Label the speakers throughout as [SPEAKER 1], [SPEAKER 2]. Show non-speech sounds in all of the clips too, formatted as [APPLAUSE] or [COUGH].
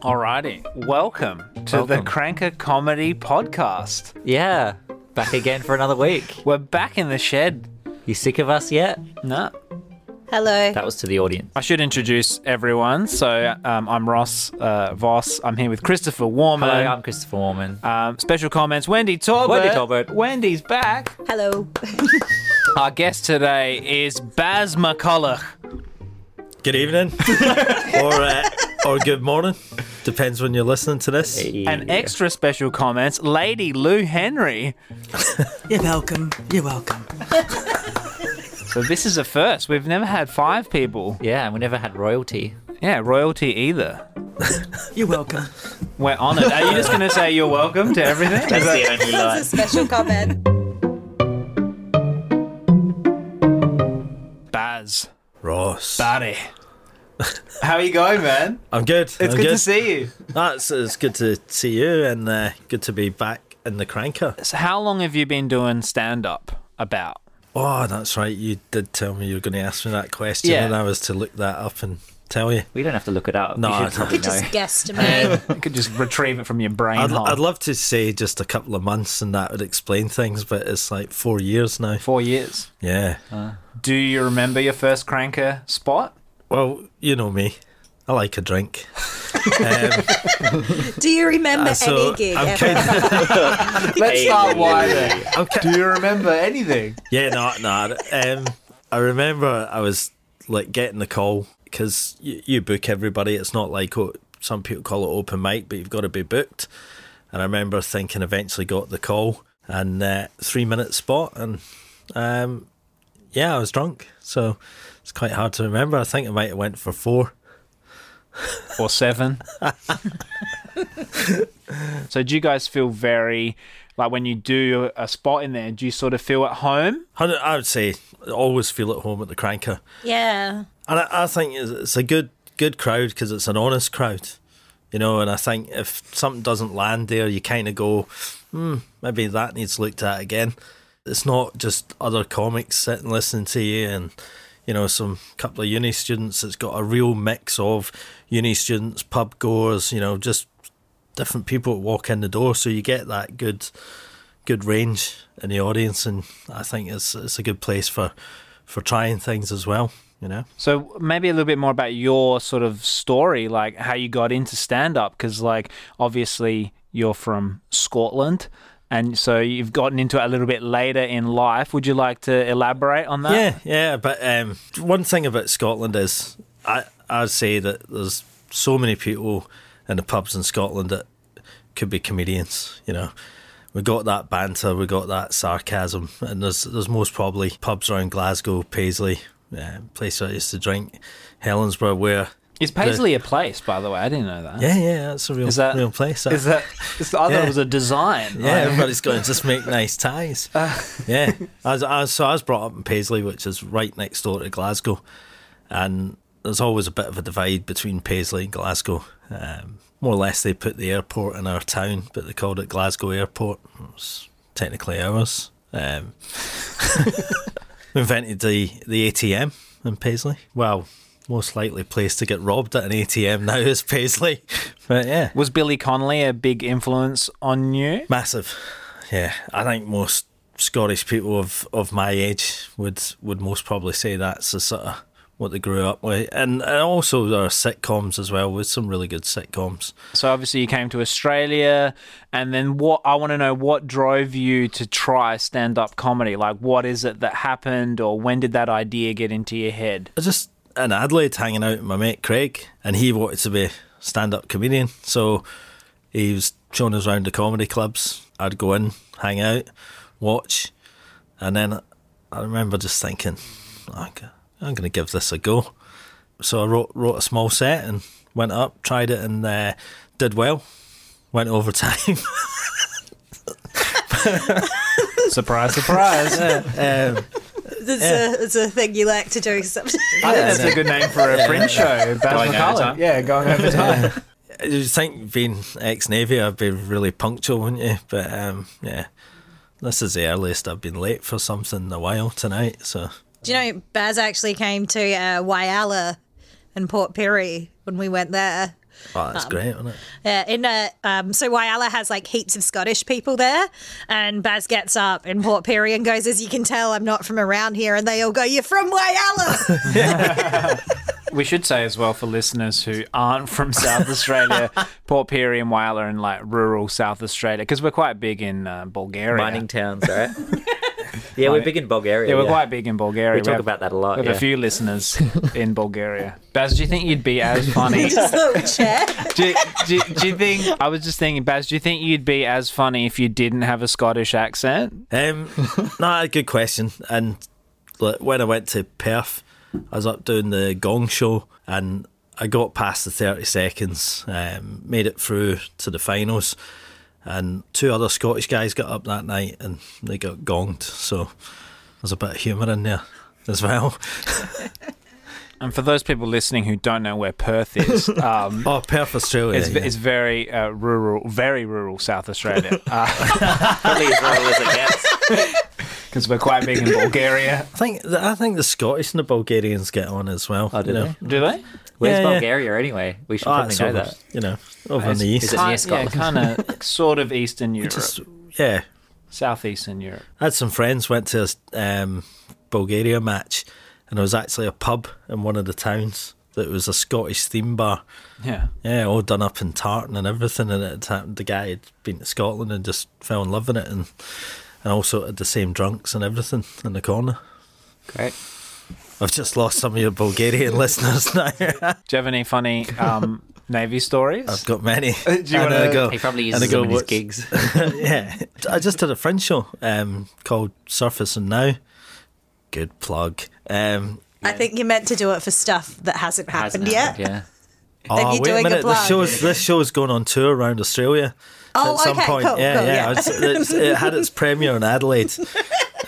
[SPEAKER 1] Alrighty. Welcome to the
[SPEAKER 2] Welcome.
[SPEAKER 1] Cranker Comedy Podcast.
[SPEAKER 2] Yeah, back again for another week.
[SPEAKER 1] We're back in the shed.
[SPEAKER 2] You sick of us yet?
[SPEAKER 1] No.
[SPEAKER 3] Hello.
[SPEAKER 2] That was to the audience.
[SPEAKER 1] I should introduce everyone. So um, I'm Ross uh, Voss. I'm here with Christopher Warman.
[SPEAKER 2] Hello, I'm Christopher Warman.
[SPEAKER 1] um, special comments, Wendy Talbot.
[SPEAKER 2] Wendy Talbot.
[SPEAKER 1] Wendy's back.
[SPEAKER 3] Hello. [LAUGHS]
[SPEAKER 1] Our guest today is Baz McCulloch. [LAUGHS]
[SPEAKER 4] Good evening, or uh, or good morning, depends when you're listening to this.
[SPEAKER 1] And extra special comments, Lady Lou Henry.
[SPEAKER 5] You're welcome. You're welcome.
[SPEAKER 1] So this is a first. We've never had five people.
[SPEAKER 2] Yeah, and we never had royalty.
[SPEAKER 1] Yeah, royalty either.
[SPEAKER 5] You're welcome.
[SPEAKER 1] We're honoured. Are you just going to say you're welcome to everything? [LAUGHS] Is that-
[SPEAKER 3] That's a special comment.
[SPEAKER 1] Baz.
[SPEAKER 4] Ross,
[SPEAKER 1] Barry. How are you going, man?
[SPEAKER 4] I'm good.
[SPEAKER 1] It's
[SPEAKER 4] I'm
[SPEAKER 1] good, to see you.
[SPEAKER 4] That's it's good to see you, and uh, good to be back in the cranker.
[SPEAKER 1] So how long have you been doing stand up about?
[SPEAKER 4] Oh, that's right. You did tell me you were going to ask me that question,
[SPEAKER 1] Yeah.
[SPEAKER 4] and I was to look that up and tell you.
[SPEAKER 2] We don't have to look it up.
[SPEAKER 4] No,
[SPEAKER 2] you
[SPEAKER 4] I
[SPEAKER 2] should
[SPEAKER 4] don't.
[SPEAKER 2] probably know.
[SPEAKER 3] Just guesstimate.
[SPEAKER 1] You could just retrieve it from your brain.
[SPEAKER 4] I'd,
[SPEAKER 1] hole.
[SPEAKER 4] I'd love to say just a couple of months, and that would explain things, but it's like four years now.
[SPEAKER 1] Four Uh. years.
[SPEAKER 4] Yeah.
[SPEAKER 1] Do you remember your first cranker spot?
[SPEAKER 4] Well, you know me. I like
[SPEAKER 1] [LAUGHS]
[SPEAKER 4] a drink.
[SPEAKER 3] Do you remember
[SPEAKER 4] Uh, so
[SPEAKER 3] any gig
[SPEAKER 4] I'm
[SPEAKER 3] ever?
[SPEAKER 1] Let's start wide. then.
[SPEAKER 4] Okay.
[SPEAKER 1] Do you remember anything?
[SPEAKER 4] yeah, no, no. Um, I remember I was like getting the call because you, you book everybody. It's not like oh, some people call it open mic, but you've got to be booked. And I remember thinking, eventually got the call and uh, three minute spot, and um, yeah, I was drunk, so it's quite hard to remember. I think I might have went for four.
[SPEAKER 1] Or seven. so do you guys feel very like when you do a spot in there, do you sort of feel at home?
[SPEAKER 4] Hundred- I would say I always feel at home at the cranker.
[SPEAKER 3] yeah.
[SPEAKER 4] And I, I think it's- it's a good good crowd because it's an honest crowd, you know. And I think if something doesn't land there, you kind of go, hmm, maybe that needs looked at again. It's not just other comics sitting listening to you and you know some couple of uni students. It's got a real mix of uni students, pub goers, you know, just different people that walk in the door. So you get that good good range in the audience, and I think it's it's a good place for for trying things as well, you know.
[SPEAKER 1] So maybe a little bit more about your sort of story, like how you got into stand up, because like obviously you're from Scotland, and so you've gotten into it a little bit later in life. Would you like to elaborate on that?
[SPEAKER 4] Yeah, yeah. But um, one thing about Scotland is, I I'd say that there's so many people in the pubs in Scotland that could be comedians. You know, we got that banter, we got that sarcasm, and there's there's most probably pubs around Glasgow, Paisley, uh, place where I used to drink, Helensburgh, where.
[SPEAKER 1] Is Paisley a place, by the way? I didn't know that.
[SPEAKER 4] Yeah, yeah, that's a real,
[SPEAKER 1] Is that
[SPEAKER 4] real place.
[SPEAKER 1] Is that? Is, I thought
[SPEAKER 4] Yeah.
[SPEAKER 1] it was a design.
[SPEAKER 4] Yeah,
[SPEAKER 1] Like-
[SPEAKER 4] everybody's going to just make nice ties. yeah. I was, I was, so I was brought up in Paisley, which is right next door to Glasgow. And there's always a bit of a divide between Paisley and Glasgow. Um, more or less, they put the airport in our town, but they called it Glasgow Airport. It was technically ours. Um, [LAUGHS] we invented the, the ATM in Paisley. Well, most likely place to get robbed at an ATM now is Paisley. [LAUGHS] But yeah.
[SPEAKER 1] Was Billy Connolly a big influence on you?
[SPEAKER 4] Massive. Yeah, I think most Scottish people of, of my age would would most probably say that's the sort of what they grew up with, and, and also there are sitcoms as well with some really good sitcoms.
[SPEAKER 1] So obviously you came to Australia, and then what? I want to know what drove you to try stand-up comedy. Like, what is it that happened, or when did that idea get into your head?
[SPEAKER 4] I was just in Adelaide hanging out with my mate Craig, and he wanted to be a stand up comedian. So he was showing us around the comedy clubs. I'd go in, hang out, watch, and then I remember just thinking, "Okay, I'm going to give this a go. So I wrote, wrote a small set and went up, tried it, and uh, did well. Went [LAUGHS] overtime.
[SPEAKER 1] Surprise, surprise.
[SPEAKER 4] um,
[SPEAKER 3] It's, a, it's a thing you like to do [LAUGHS] sometimes.
[SPEAKER 1] I think that's a good name for a print show. Baz McCulloch. Yeah, going over time.
[SPEAKER 4] you think being ex Navy, I'd be really punctual, wouldn't you? But um, yeah, this is the earliest I've been late for something in a while tonight. So
[SPEAKER 3] Do you know, Baz actually came to uh, Wyala in Port Perry when we went there.
[SPEAKER 4] Oh, that's great, isn't it?
[SPEAKER 3] Yeah, in uh, um, so Wyala has like heaps of Scottish people there, and Baz gets up in Port Perry and goes, "As you can tell, I'm not from around here," and they all go, "You're from Wyala."
[SPEAKER 1] We should say as well for listeners who aren't from [LAUGHS] South Australia, Port Pirie and Wyala are in like rural South Australia because we're quite big in uh, Bulgaria.
[SPEAKER 2] Mining towns, all right? yeah, we're big in Bulgaria.
[SPEAKER 1] Yeah, we're
[SPEAKER 2] [LAUGHS]
[SPEAKER 1] quite big in Bulgaria.
[SPEAKER 2] We talk
[SPEAKER 1] have-
[SPEAKER 2] about that a lot,
[SPEAKER 1] We have
[SPEAKER 2] yeah.
[SPEAKER 1] a few
[SPEAKER 2] [LAUGHS]
[SPEAKER 1] listeners in Bulgaria. Baz, do you think you'd be as funny?
[SPEAKER 3] [LAUGHS] Just little chair.
[SPEAKER 1] do, do, do you think? I was just thinking, Baz. Do you think you'd be as funny if you didn't have a Scottish accent?
[SPEAKER 4] Um, [LAUGHS] nah, good question. And like, when I went to Perth, I was up doing the Gong Show, and I got past the thirty seconds, um, made it through to the finals, and two other Scottish guys got up that night and they got gonged. So there's a bit of humour in there as well.
[SPEAKER 1] And for those people listening who don't know where Perth
[SPEAKER 4] [LAUGHS]
[SPEAKER 1] is, um,
[SPEAKER 4] Oh, Perth, Australia.
[SPEAKER 1] it's,
[SPEAKER 4] yeah.
[SPEAKER 1] it's very uh, rural, very rural South Australia Uh,
[SPEAKER 2] Probably as rural as it [LAUGHS] gets.
[SPEAKER 1] because we're quite big in Bulgaria.
[SPEAKER 4] I think I think the Scottish and the Bulgarians get on as well.
[SPEAKER 2] Oh, do
[SPEAKER 4] you know.
[SPEAKER 2] they?
[SPEAKER 1] Do they?
[SPEAKER 2] Where's
[SPEAKER 4] Yeah, yeah.
[SPEAKER 2] Bulgaria anyway? We should
[SPEAKER 4] Oh,
[SPEAKER 2] probably
[SPEAKER 4] it's
[SPEAKER 2] know
[SPEAKER 4] over,
[SPEAKER 2] that.
[SPEAKER 4] You know, over in the east.
[SPEAKER 2] is it- near Scotland?
[SPEAKER 1] Yeah, kind of, sort of Eastern Europe,
[SPEAKER 4] Just yeah,
[SPEAKER 1] southeastern Europe.
[SPEAKER 4] I had some friends went to a um, Bulgaria match, and there was actually a pub in one of the towns that was a Scottish theme bar.
[SPEAKER 1] Yeah.
[SPEAKER 4] Yeah, all done up in tartan and everything, and it happened. The guy had been to Scotland and just fell in love with it, and and also had the same drunks and everything in the corner.
[SPEAKER 2] Great.
[SPEAKER 4] I've just lost some of your Bulgarian [LAUGHS] listeners now.
[SPEAKER 1] Do you have any funny um, Navy stories?
[SPEAKER 4] I've got many.
[SPEAKER 1] [LAUGHS] Do you
[SPEAKER 4] And
[SPEAKER 1] wanna-
[SPEAKER 4] I go-
[SPEAKER 2] He probably
[SPEAKER 4] and I
[SPEAKER 2] uses
[SPEAKER 4] go,
[SPEAKER 2] them in his
[SPEAKER 4] "What's-
[SPEAKER 2] gigs.
[SPEAKER 4] [LAUGHS] yeah, I just did a French show um, called Surface and Now. Good plug. Um,
[SPEAKER 3] I think you're meant to do it for stuff that hasn't happened
[SPEAKER 2] Hasn't
[SPEAKER 3] yet.
[SPEAKER 2] happened, yeah.
[SPEAKER 4] oh,
[SPEAKER 3] Are you doing a
[SPEAKER 4] This
[SPEAKER 3] plug?
[SPEAKER 4] show's this show's going on tour around Australia.
[SPEAKER 3] Oh,
[SPEAKER 4] at some
[SPEAKER 3] okay,
[SPEAKER 4] point.
[SPEAKER 3] cool,
[SPEAKER 4] yeah,
[SPEAKER 3] cool,
[SPEAKER 4] yeah.
[SPEAKER 3] yeah.
[SPEAKER 4] I was- it's- it had its premiere
[SPEAKER 3] [LAUGHS]
[SPEAKER 4] in Adelaide.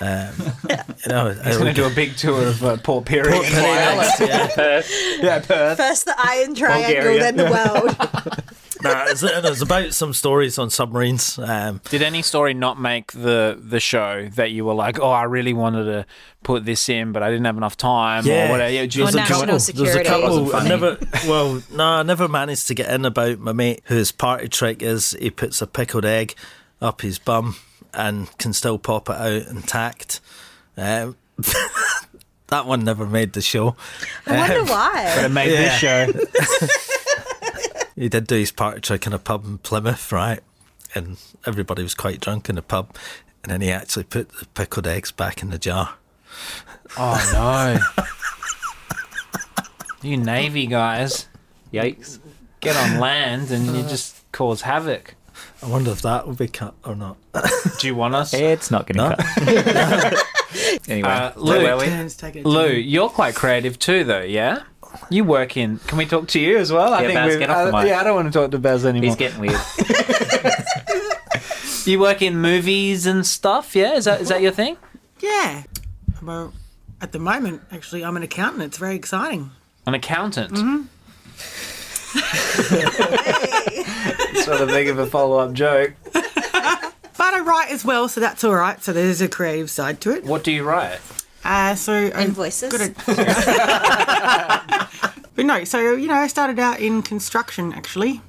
[SPEAKER 4] Um, you know,
[SPEAKER 1] He's
[SPEAKER 4] I-
[SPEAKER 1] going to do a big tour of uh, Port Pirie.
[SPEAKER 4] Port Pirie, yeah.
[SPEAKER 1] yeah, Perth.
[SPEAKER 3] First the Iron Triangle,
[SPEAKER 1] Bulgaria.
[SPEAKER 3] then the [LAUGHS] world.
[SPEAKER 4] Nah, [LAUGHS] it's- it was about some stories on submarines. Um,
[SPEAKER 1] Did any story not make the the show that you were like, oh, I really wanted to put this in, but I didn't have enough time
[SPEAKER 4] Yeah.
[SPEAKER 1] or whatever? Yeah, do you-
[SPEAKER 3] Or
[SPEAKER 1] do you-
[SPEAKER 3] national
[SPEAKER 4] There's a
[SPEAKER 3] security.
[SPEAKER 4] couple-
[SPEAKER 2] Wasn't
[SPEAKER 4] I
[SPEAKER 2] funny.
[SPEAKER 4] never, well, no, I never managed to get in about my mate whose party trick is he puts a pickled egg up his bum and can still pop it out intact. Um, [LAUGHS] that one never made the show.
[SPEAKER 3] I wonder why.
[SPEAKER 1] It made this show.
[SPEAKER 2] [LAUGHS]
[SPEAKER 4] He did do his party trick in a pub in Plymouth, right? And everybody was quite drunk in the pub. And then he actually put the pickled eggs back in the jar.
[SPEAKER 1] Oh, no. [LAUGHS] you Navy guys,
[SPEAKER 2] Yikes.
[SPEAKER 1] get on land and you just cause havoc.
[SPEAKER 4] I wonder if that will be cut or not.
[SPEAKER 1] Do you want us?
[SPEAKER 2] It's not going
[SPEAKER 4] No.
[SPEAKER 2] to cut. [LAUGHS] anyway,
[SPEAKER 1] Uh,
[SPEAKER 2] where were we?
[SPEAKER 5] Turns take it.
[SPEAKER 1] Lou, you're quite creative too, though, yeah? You work in. Can we talk to you as well? I
[SPEAKER 2] Yeah, Baz,
[SPEAKER 1] we've-
[SPEAKER 2] get off the
[SPEAKER 1] I-
[SPEAKER 2] mic.
[SPEAKER 1] Yeah, I don't want to talk to Bez anymore.
[SPEAKER 2] He's getting weird.
[SPEAKER 1] you work in movies and stuff, yeah? Is that is that your thing?
[SPEAKER 5] Yeah. Well, at the moment, actually, I'm an accountant. It's very exciting.
[SPEAKER 1] An accountant. sort of big of a follow up joke.
[SPEAKER 5] But I write as well, so that's all right. So there's a creative side to it.
[SPEAKER 1] What do you write?
[SPEAKER 5] Uh, so I've
[SPEAKER 3] Invoices.
[SPEAKER 5] got a- [LAUGHS] but no, so you know, I started out in construction actually,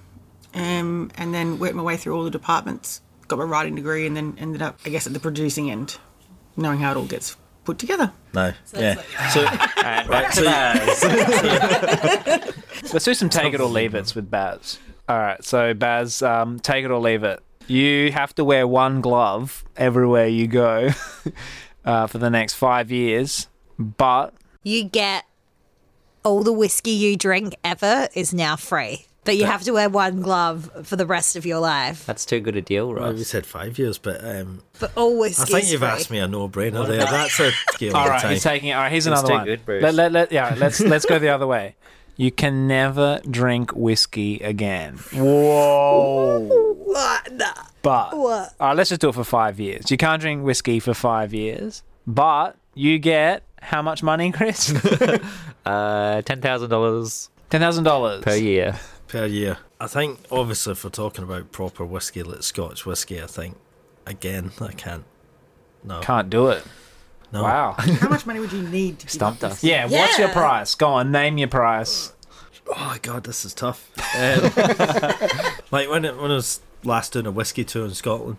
[SPEAKER 5] um, and then worked my way through all the departments. Got my writing degree, and then ended up, I guess, at the producing end, knowing how it all gets put together.
[SPEAKER 4] No. yeah.
[SPEAKER 2] And back to
[SPEAKER 4] so-
[SPEAKER 2] Baz.
[SPEAKER 1] Let's do some take it or leave it's with Baz. All right, so Baz, um, take it or leave it. You have to wear one glove everywhere you go [LAUGHS] uh, for the next five years, but
[SPEAKER 3] You get all the whiskey you drink ever is now free, but you have to wear one glove for the rest of your life.
[SPEAKER 2] That's too good a deal,
[SPEAKER 4] Well,
[SPEAKER 2] Ross.
[SPEAKER 4] you said five years, but um,
[SPEAKER 3] But all whiskey.
[SPEAKER 4] I think
[SPEAKER 3] is
[SPEAKER 4] you've
[SPEAKER 3] free.
[SPEAKER 4] asked me a no-brainer there. That's a game
[SPEAKER 1] [LAUGHS] All
[SPEAKER 4] of
[SPEAKER 1] right,
[SPEAKER 4] time.
[SPEAKER 1] he's taking it. All right, here's another
[SPEAKER 2] too
[SPEAKER 1] one.
[SPEAKER 2] good, Bruce.
[SPEAKER 1] Let, let, let, yeah, let's let's go [LAUGHS] the other way. You can never drink whiskey again. Whoa!
[SPEAKER 3] What? Nah.
[SPEAKER 1] But
[SPEAKER 3] What?
[SPEAKER 1] all right, let's just do it for five years. You can't drink whiskey for five years, but you get how much money,
[SPEAKER 2] [LAUGHS]
[SPEAKER 1] Chris?
[SPEAKER 2] Uh, $10,000
[SPEAKER 1] Ten thousand dollars
[SPEAKER 2] per year.
[SPEAKER 4] per year. I think, obviously, if we're talking about proper whiskey, like Scotch whiskey, I think, again, I can't. No.
[SPEAKER 1] Can't do it.
[SPEAKER 4] no.
[SPEAKER 1] Wow.
[SPEAKER 2] [LAUGHS]
[SPEAKER 5] How much money would you need to give up
[SPEAKER 2] Dumped
[SPEAKER 5] this?
[SPEAKER 2] us.
[SPEAKER 1] Yeah, What's your
[SPEAKER 3] Yeah.
[SPEAKER 1] price? Go on, name your price.
[SPEAKER 4] oh god, this is tough. Um, [LAUGHS] like when it, when I was last doing a whiskey tour in Scotland,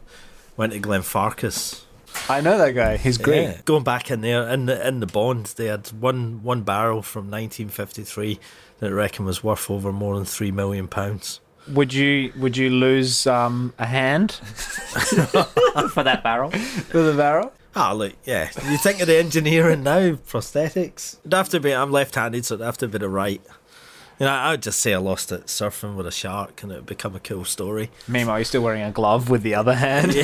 [SPEAKER 4] went to Glenfarclas.
[SPEAKER 1] I know that guy. He's great.
[SPEAKER 4] Yeah. Going back in there in the in the bond, they had one one barrel from 1953 that I reckon was worth over more than three million pounds.
[SPEAKER 1] Would you would you lose um, a hand
[SPEAKER 2] for that barrel.
[SPEAKER 1] for the barrel?
[SPEAKER 4] Ah, look, yeah. You think of the engineering now, prosthetics. It'd have to be. I'm left-handed, so it'd have to be the right. You know, I would just say I lost it surfing with a shark, and it would become a cool story.
[SPEAKER 1] Meanwhile, you're still wearing a glove with the other hand. [LAUGHS]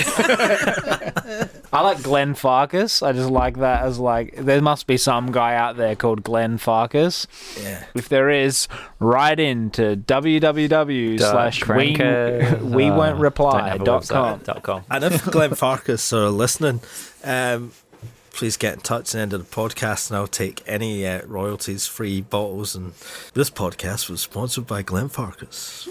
[SPEAKER 1] I like Glenn Farkas. I just like that as like there must be some guy out there called Glenn Farkas.
[SPEAKER 4] Yeah.
[SPEAKER 1] If there is, write in to www
[SPEAKER 2] uh,
[SPEAKER 1] slash uh, we we won't reply dot com.
[SPEAKER 2] Dot com.
[SPEAKER 4] And if Glenn Farkas are listening, um, please get in touch at the end of the podcast, and I'll take any uh, royalties, free bottles. And this podcast was sponsored by Glenn Farkas.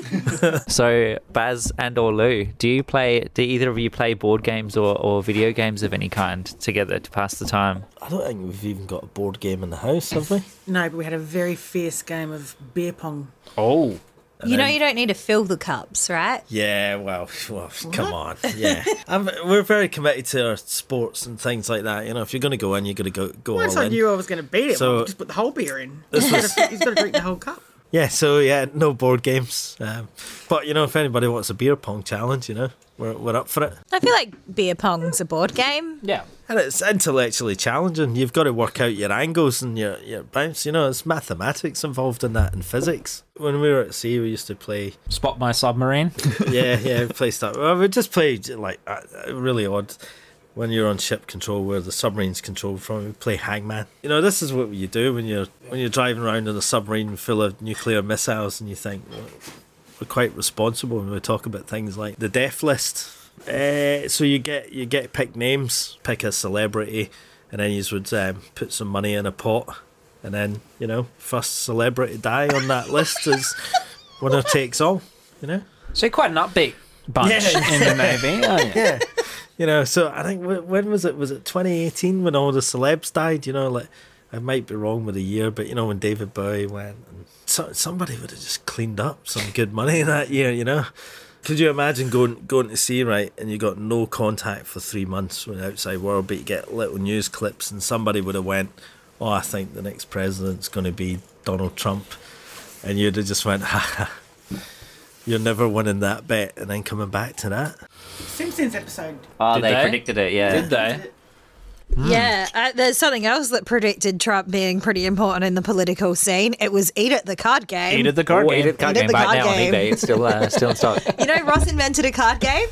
[SPEAKER 2] So Baz and or Lou, do you play? Do either of you play board games or, or video games of any kind together to pass the time?
[SPEAKER 4] I don't think we've even got a board game in the house, have we?
[SPEAKER 5] No, but we had a very fierce game of beer pong.
[SPEAKER 1] Oh,
[SPEAKER 3] You know, you don't need to fill the cups, right?
[SPEAKER 4] Yeah, well, [LAUGHS] well come on. Yeah. I'm, we're very committed to our sports and things like that. You know, if you're going to go in, you're going to go, go
[SPEAKER 5] Once
[SPEAKER 4] all
[SPEAKER 5] I
[SPEAKER 4] in.
[SPEAKER 5] knew I was going to beat it,
[SPEAKER 4] So-
[SPEAKER 5] so, just put the whole beer in.
[SPEAKER 4] This
[SPEAKER 5] He's got to drink the whole cup.
[SPEAKER 4] Yeah, so yeah, no board games. Um, but, you know, if anybody wants a beer pong challenge, you know, we're, we're up for it.
[SPEAKER 3] I feel like beer pong's a board game.
[SPEAKER 1] yeah.
[SPEAKER 4] And it's intellectually challenging. You've got to work out your angles and your, your bounce. You know, it's mathematics involved in that and physics. When we were at sea, we used to play
[SPEAKER 1] Spot my submarine.
[SPEAKER 4] yeah, yeah, we play stuff. Well, we just play like uh, uh, really odd. When you're on ship control, where the submarine's controlled from, we play hangman. You know, this is what you do when you're when you're driving around in a submarine full of nuclear missiles, and you think well, we're quite responsible when we talk about things like the death list. Uh, so you get you get pick names, pick a celebrity, and then you would um, put some money in a pot, and then you know first celebrity die on that list is winner takes all. You know.
[SPEAKER 1] So you're quite an upbeat bunch
[SPEAKER 4] Yeah.
[SPEAKER 1] in the
[SPEAKER 2] [LAUGHS]
[SPEAKER 1] navy. aren't you?
[SPEAKER 4] yeah. You know, so I think wh- when was it? Was it 2018 when all the celebs died? You know, like I might be wrong with the year, but you know when David Bowie went, and so, somebody would have just cleaned up some good money [LAUGHS] that year. You know, could you imagine going going to sea right and you got no contact for three months with the outside world, but you get little news clips, and somebody would have went, "Oh, I think the next president's going to be Donald Trump," and you'd have just went, [LAUGHS] "Ha ha." You're never winning that bet, and then coming back to that.
[SPEAKER 5] Simpsons episode.
[SPEAKER 2] Oh,
[SPEAKER 1] Did they they? predicted
[SPEAKER 2] predicted it. Yeah.
[SPEAKER 1] Did they?
[SPEAKER 3] Yeah, uh, there's something else that predicted Trump being pretty important in the political scene. It was Eat It the card game.
[SPEAKER 1] Eat at the card game.
[SPEAKER 2] Card
[SPEAKER 3] They did
[SPEAKER 2] game
[SPEAKER 3] the
[SPEAKER 2] right
[SPEAKER 3] card
[SPEAKER 2] now
[SPEAKER 3] game.
[SPEAKER 2] on eBay.
[SPEAKER 1] [LAUGHS]
[SPEAKER 2] It's still uh, still in stock.
[SPEAKER 3] You know, Ross invented a card game.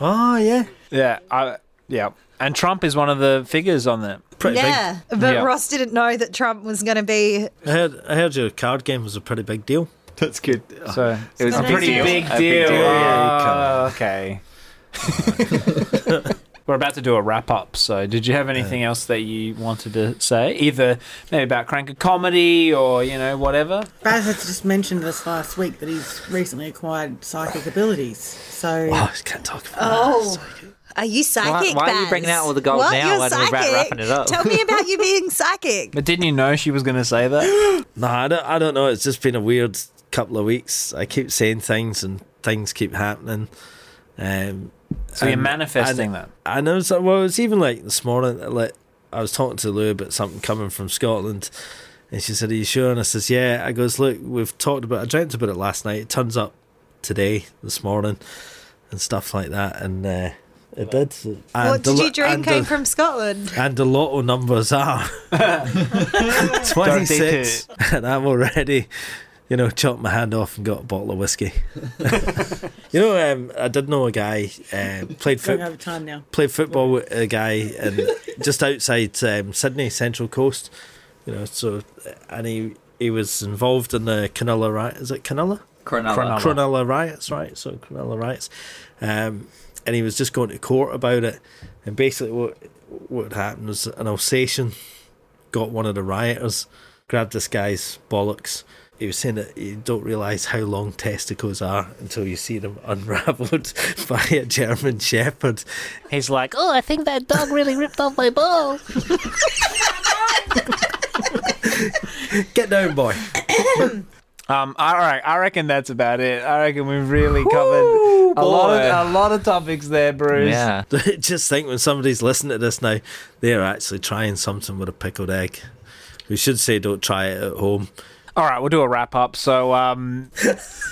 [SPEAKER 4] Oh yeah,
[SPEAKER 1] Yeah, I, yeah. And Trump is one of the figures on that.
[SPEAKER 4] pretty
[SPEAKER 3] yeah, but
[SPEAKER 1] Yeah.
[SPEAKER 3] Ross didn't know that Trump was going to be.
[SPEAKER 4] big. I heard, I heard your card game was a pretty big deal.
[SPEAKER 2] That's good.
[SPEAKER 1] So
[SPEAKER 2] It was
[SPEAKER 3] a pretty deal.
[SPEAKER 1] big
[SPEAKER 2] A
[SPEAKER 1] deal.
[SPEAKER 4] yeah,
[SPEAKER 1] Oh,
[SPEAKER 4] come on.
[SPEAKER 1] okay. [LAUGHS] We're about to do a wrap up, so did you have anything else that you wanted to say? Either maybe about cranker comedy or you know whatever.
[SPEAKER 5] Baz had just mentioned this last week that he's recently acquired psychic abilities. So
[SPEAKER 4] Oh, I can't talk about
[SPEAKER 3] Oh. Are you psychic?
[SPEAKER 2] why are you
[SPEAKER 3] Baz?
[SPEAKER 2] bringing out all the gold
[SPEAKER 3] What?
[SPEAKER 2] now
[SPEAKER 3] You're
[SPEAKER 2] when we're
[SPEAKER 3] psychic?
[SPEAKER 2] wrap- wrapping it up? [LAUGHS]
[SPEAKER 3] Tell me about you being psychic.
[SPEAKER 1] But didn't you know she was going to say that?
[SPEAKER 4] that. Nah, I don't, I don't know. It's just been a weird couple of weeks. I keep saying things and things keep happening. Um, [GASPS]
[SPEAKER 1] So you're
[SPEAKER 4] and-
[SPEAKER 1] manifesting
[SPEAKER 4] and-
[SPEAKER 1] that.
[SPEAKER 4] I know. So, well, it's even like this morning. Like I was talking to Lou about something coming from Scotland, and she said, "Are you sure?" And I says, "Yeah." I goes, "Look, we've talked about. I dreamt about it last night. It turns up today, this morning, and stuff like that." And uh, it did. And
[SPEAKER 3] what did
[SPEAKER 4] the-
[SPEAKER 3] you dream
[SPEAKER 4] and
[SPEAKER 3] came
[SPEAKER 4] the-
[SPEAKER 3] from Scotland?
[SPEAKER 4] And the lotto numbers are 26. [LAUGHS] And I'm already, you know, chopped my hand off and got a bottle of whiskey. [LAUGHS] you know, um, I did know a guy, uh, played,
[SPEAKER 5] going
[SPEAKER 4] foot,
[SPEAKER 5] over time now.
[SPEAKER 4] played football with a guy in, just outside um, Sydney, Central Coast. You know, so, and he, he was involved in the Canilla riot. Is it Canilla?
[SPEAKER 1] Cronulla.
[SPEAKER 4] Cronulla riots, right? So Cronulla riots, um, and he was just going to court about it. And basically, what what had happened was an Alsatian got one of the rioters, grabbed this guy's bollocks. He was saying that you don't realise how long testicles are until you see them [LAUGHS] unravelled by a German shepherd.
[SPEAKER 1] He's like,
[SPEAKER 6] oh, I think that dog really ripped off my ball.
[SPEAKER 4] Get down, boy.
[SPEAKER 1] Um, all right, I reckon that's about it. I reckon we've really covered a lot of a lot of topics there, Bruce.
[SPEAKER 2] Yeah.
[SPEAKER 4] [LAUGHS] Just think when somebody's listening to this now, they're actually trying something with a pickled egg. We should say don't try it at home.
[SPEAKER 1] All right, we'll do a wrap up. So, um,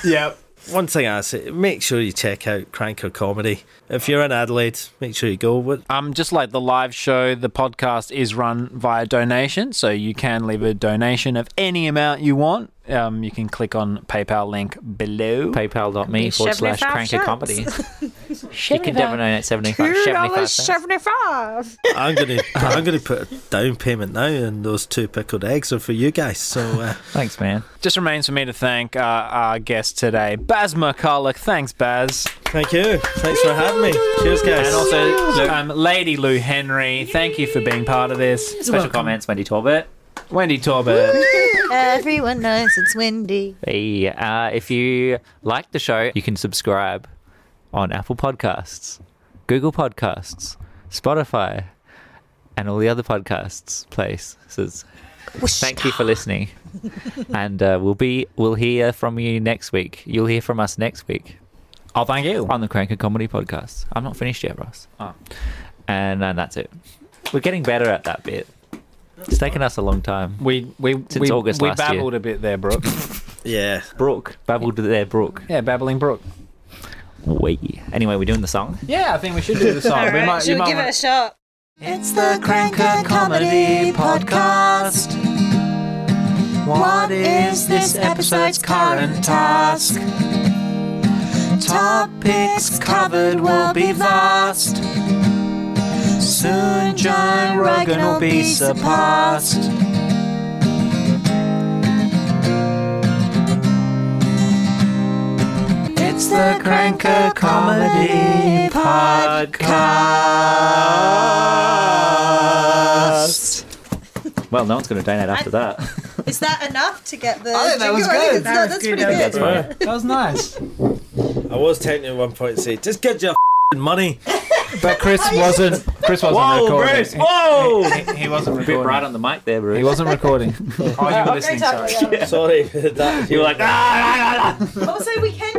[SPEAKER 1] yeah.
[SPEAKER 4] One thing I say, make sure you check out Cranker Comedy. If you're in Adelaide, make sure you go. What
[SPEAKER 1] Um, just like the live show, the podcast is run via donation, so you can leave a donation of any amount you want. Um, you can click on PayPal link below.
[SPEAKER 2] PayPal.me forward slash
[SPEAKER 3] 75
[SPEAKER 2] cranker
[SPEAKER 3] cents.
[SPEAKER 2] comedy. you can donate 75 75 cents. [LAUGHS]
[SPEAKER 3] $2.75.
[SPEAKER 1] [LAUGHS]
[SPEAKER 4] I'm gonna, I'm gonna put a down payment now, and those two pickled eggs are for you guys. So uh,
[SPEAKER 2] Thanks, man.
[SPEAKER 1] Just remains for me to thank uh, our guest today, Baz McCulloch. Thanks, Baz.
[SPEAKER 4] thank you, thanks for having me. Cheers, guys.
[SPEAKER 1] And also, um, Lady Lou Henry, thank you for being part of this.
[SPEAKER 2] Special comments, Wendy Talbot.
[SPEAKER 1] Wendy Torbett.
[SPEAKER 3] Everyone knows it's windy.
[SPEAKER 2] Hey, uh, if you like the show, you can subscribe on Apple Podcasts, Google Podcasts, Spotify, and all the other podcasts places. Thank you for listening, and uh, we'll be we'll hear from you next week. You'll hear from us next week
[SPEAKER 1] Oh, thank you.
[SPEAKER 2] on the Crank and Comedy Podcast. I'm not finished yet, Ross.
[SPEAKER 1] Oh.
[SPEAKER 2] And, and that's it. We're getting better at that bit. It's taken us a long time.
[SPEAKER 1] We we
[SPEAKER 2] Since
[SPEAKER 1] we,
[SPEAKER 2] August
[SPEAKER 1] we
[SPEAKER 2] last year.
[SPEAKER 1] babbled a bit there, Brooke.
[SPEAKER 4] yeah,
[SPEAKER 2] Brooke babbled there, Brooke.
[SPEAKER 1] yeah, babbling Brooke.
[SPEAKER 2] Wee. Anyway, we're doing the song.
[SPEAKER 1] Yeah, I think we should do the song. we might, you
[SPEAKER 3] Should we
[SPEAKER 1] might
[SPEAKER 3] give
[SPEAKER 1] wanna-
[SPEAKER 3] it a shot?
[SPEAKER 6] It's the Cranker Comedy Podcast.
[SPEAKER 1] What
[SPEAKER 6] is this episode's current task? Topics covered will be vast.
[SPEAKER 1] Soon John Rogan will be surpassed. It's the Cranker Comedy Podcast.
[SPEAKER 2] Well, no one's going to donate after that.
[SPEAKER 3] Is that enough to get the?
[SPEAKER 1] I think that was
[SPEAKER 3] jingle? I think
[SPEAKER 1] good.
[SPEAKER 3] it's
[SPEAKER 1] That
[SPEAKER 3] not-
[SPEAKER 1] was
[SPEAKER 3] that's
[SPEAKER 1] good.
[SPEAKER 3] pretty
[SPEAKER 1] That was
[SPEAKER 3] good.
[SPEAKER 2] That's fine.
[SPEAKER 1] That was nice.
[SPEAKER 4] I was tempted at one point to say, just get your f***ing money.
[SPEAKER 1] But Chris
[SPEAKER 6] Oh,
[SPEAKER 1] wasn't Chris wasn't
[SPEAKER 4] Whoa,
[SPEAKER 1] recording.
[SPEAKER 4] Bruce! Whoa!
[SPEAKER 1] He, he wasn't
[SPEAKER 2] A bit
[SPEAKER 1] recording.
[SPEAKER 2] right on the mic there, Bruce.
[SPEAKER 1] He wasn't recording. oh, you were listening, sorry.
[SPEAKER 4] [LAUGHS] Sorry, [LAUGHS] that
[SPEAKER 2] You were like, ah!
[SPEAKER 4] ah, ah, ah.
[SPEAKER 3] Also, we can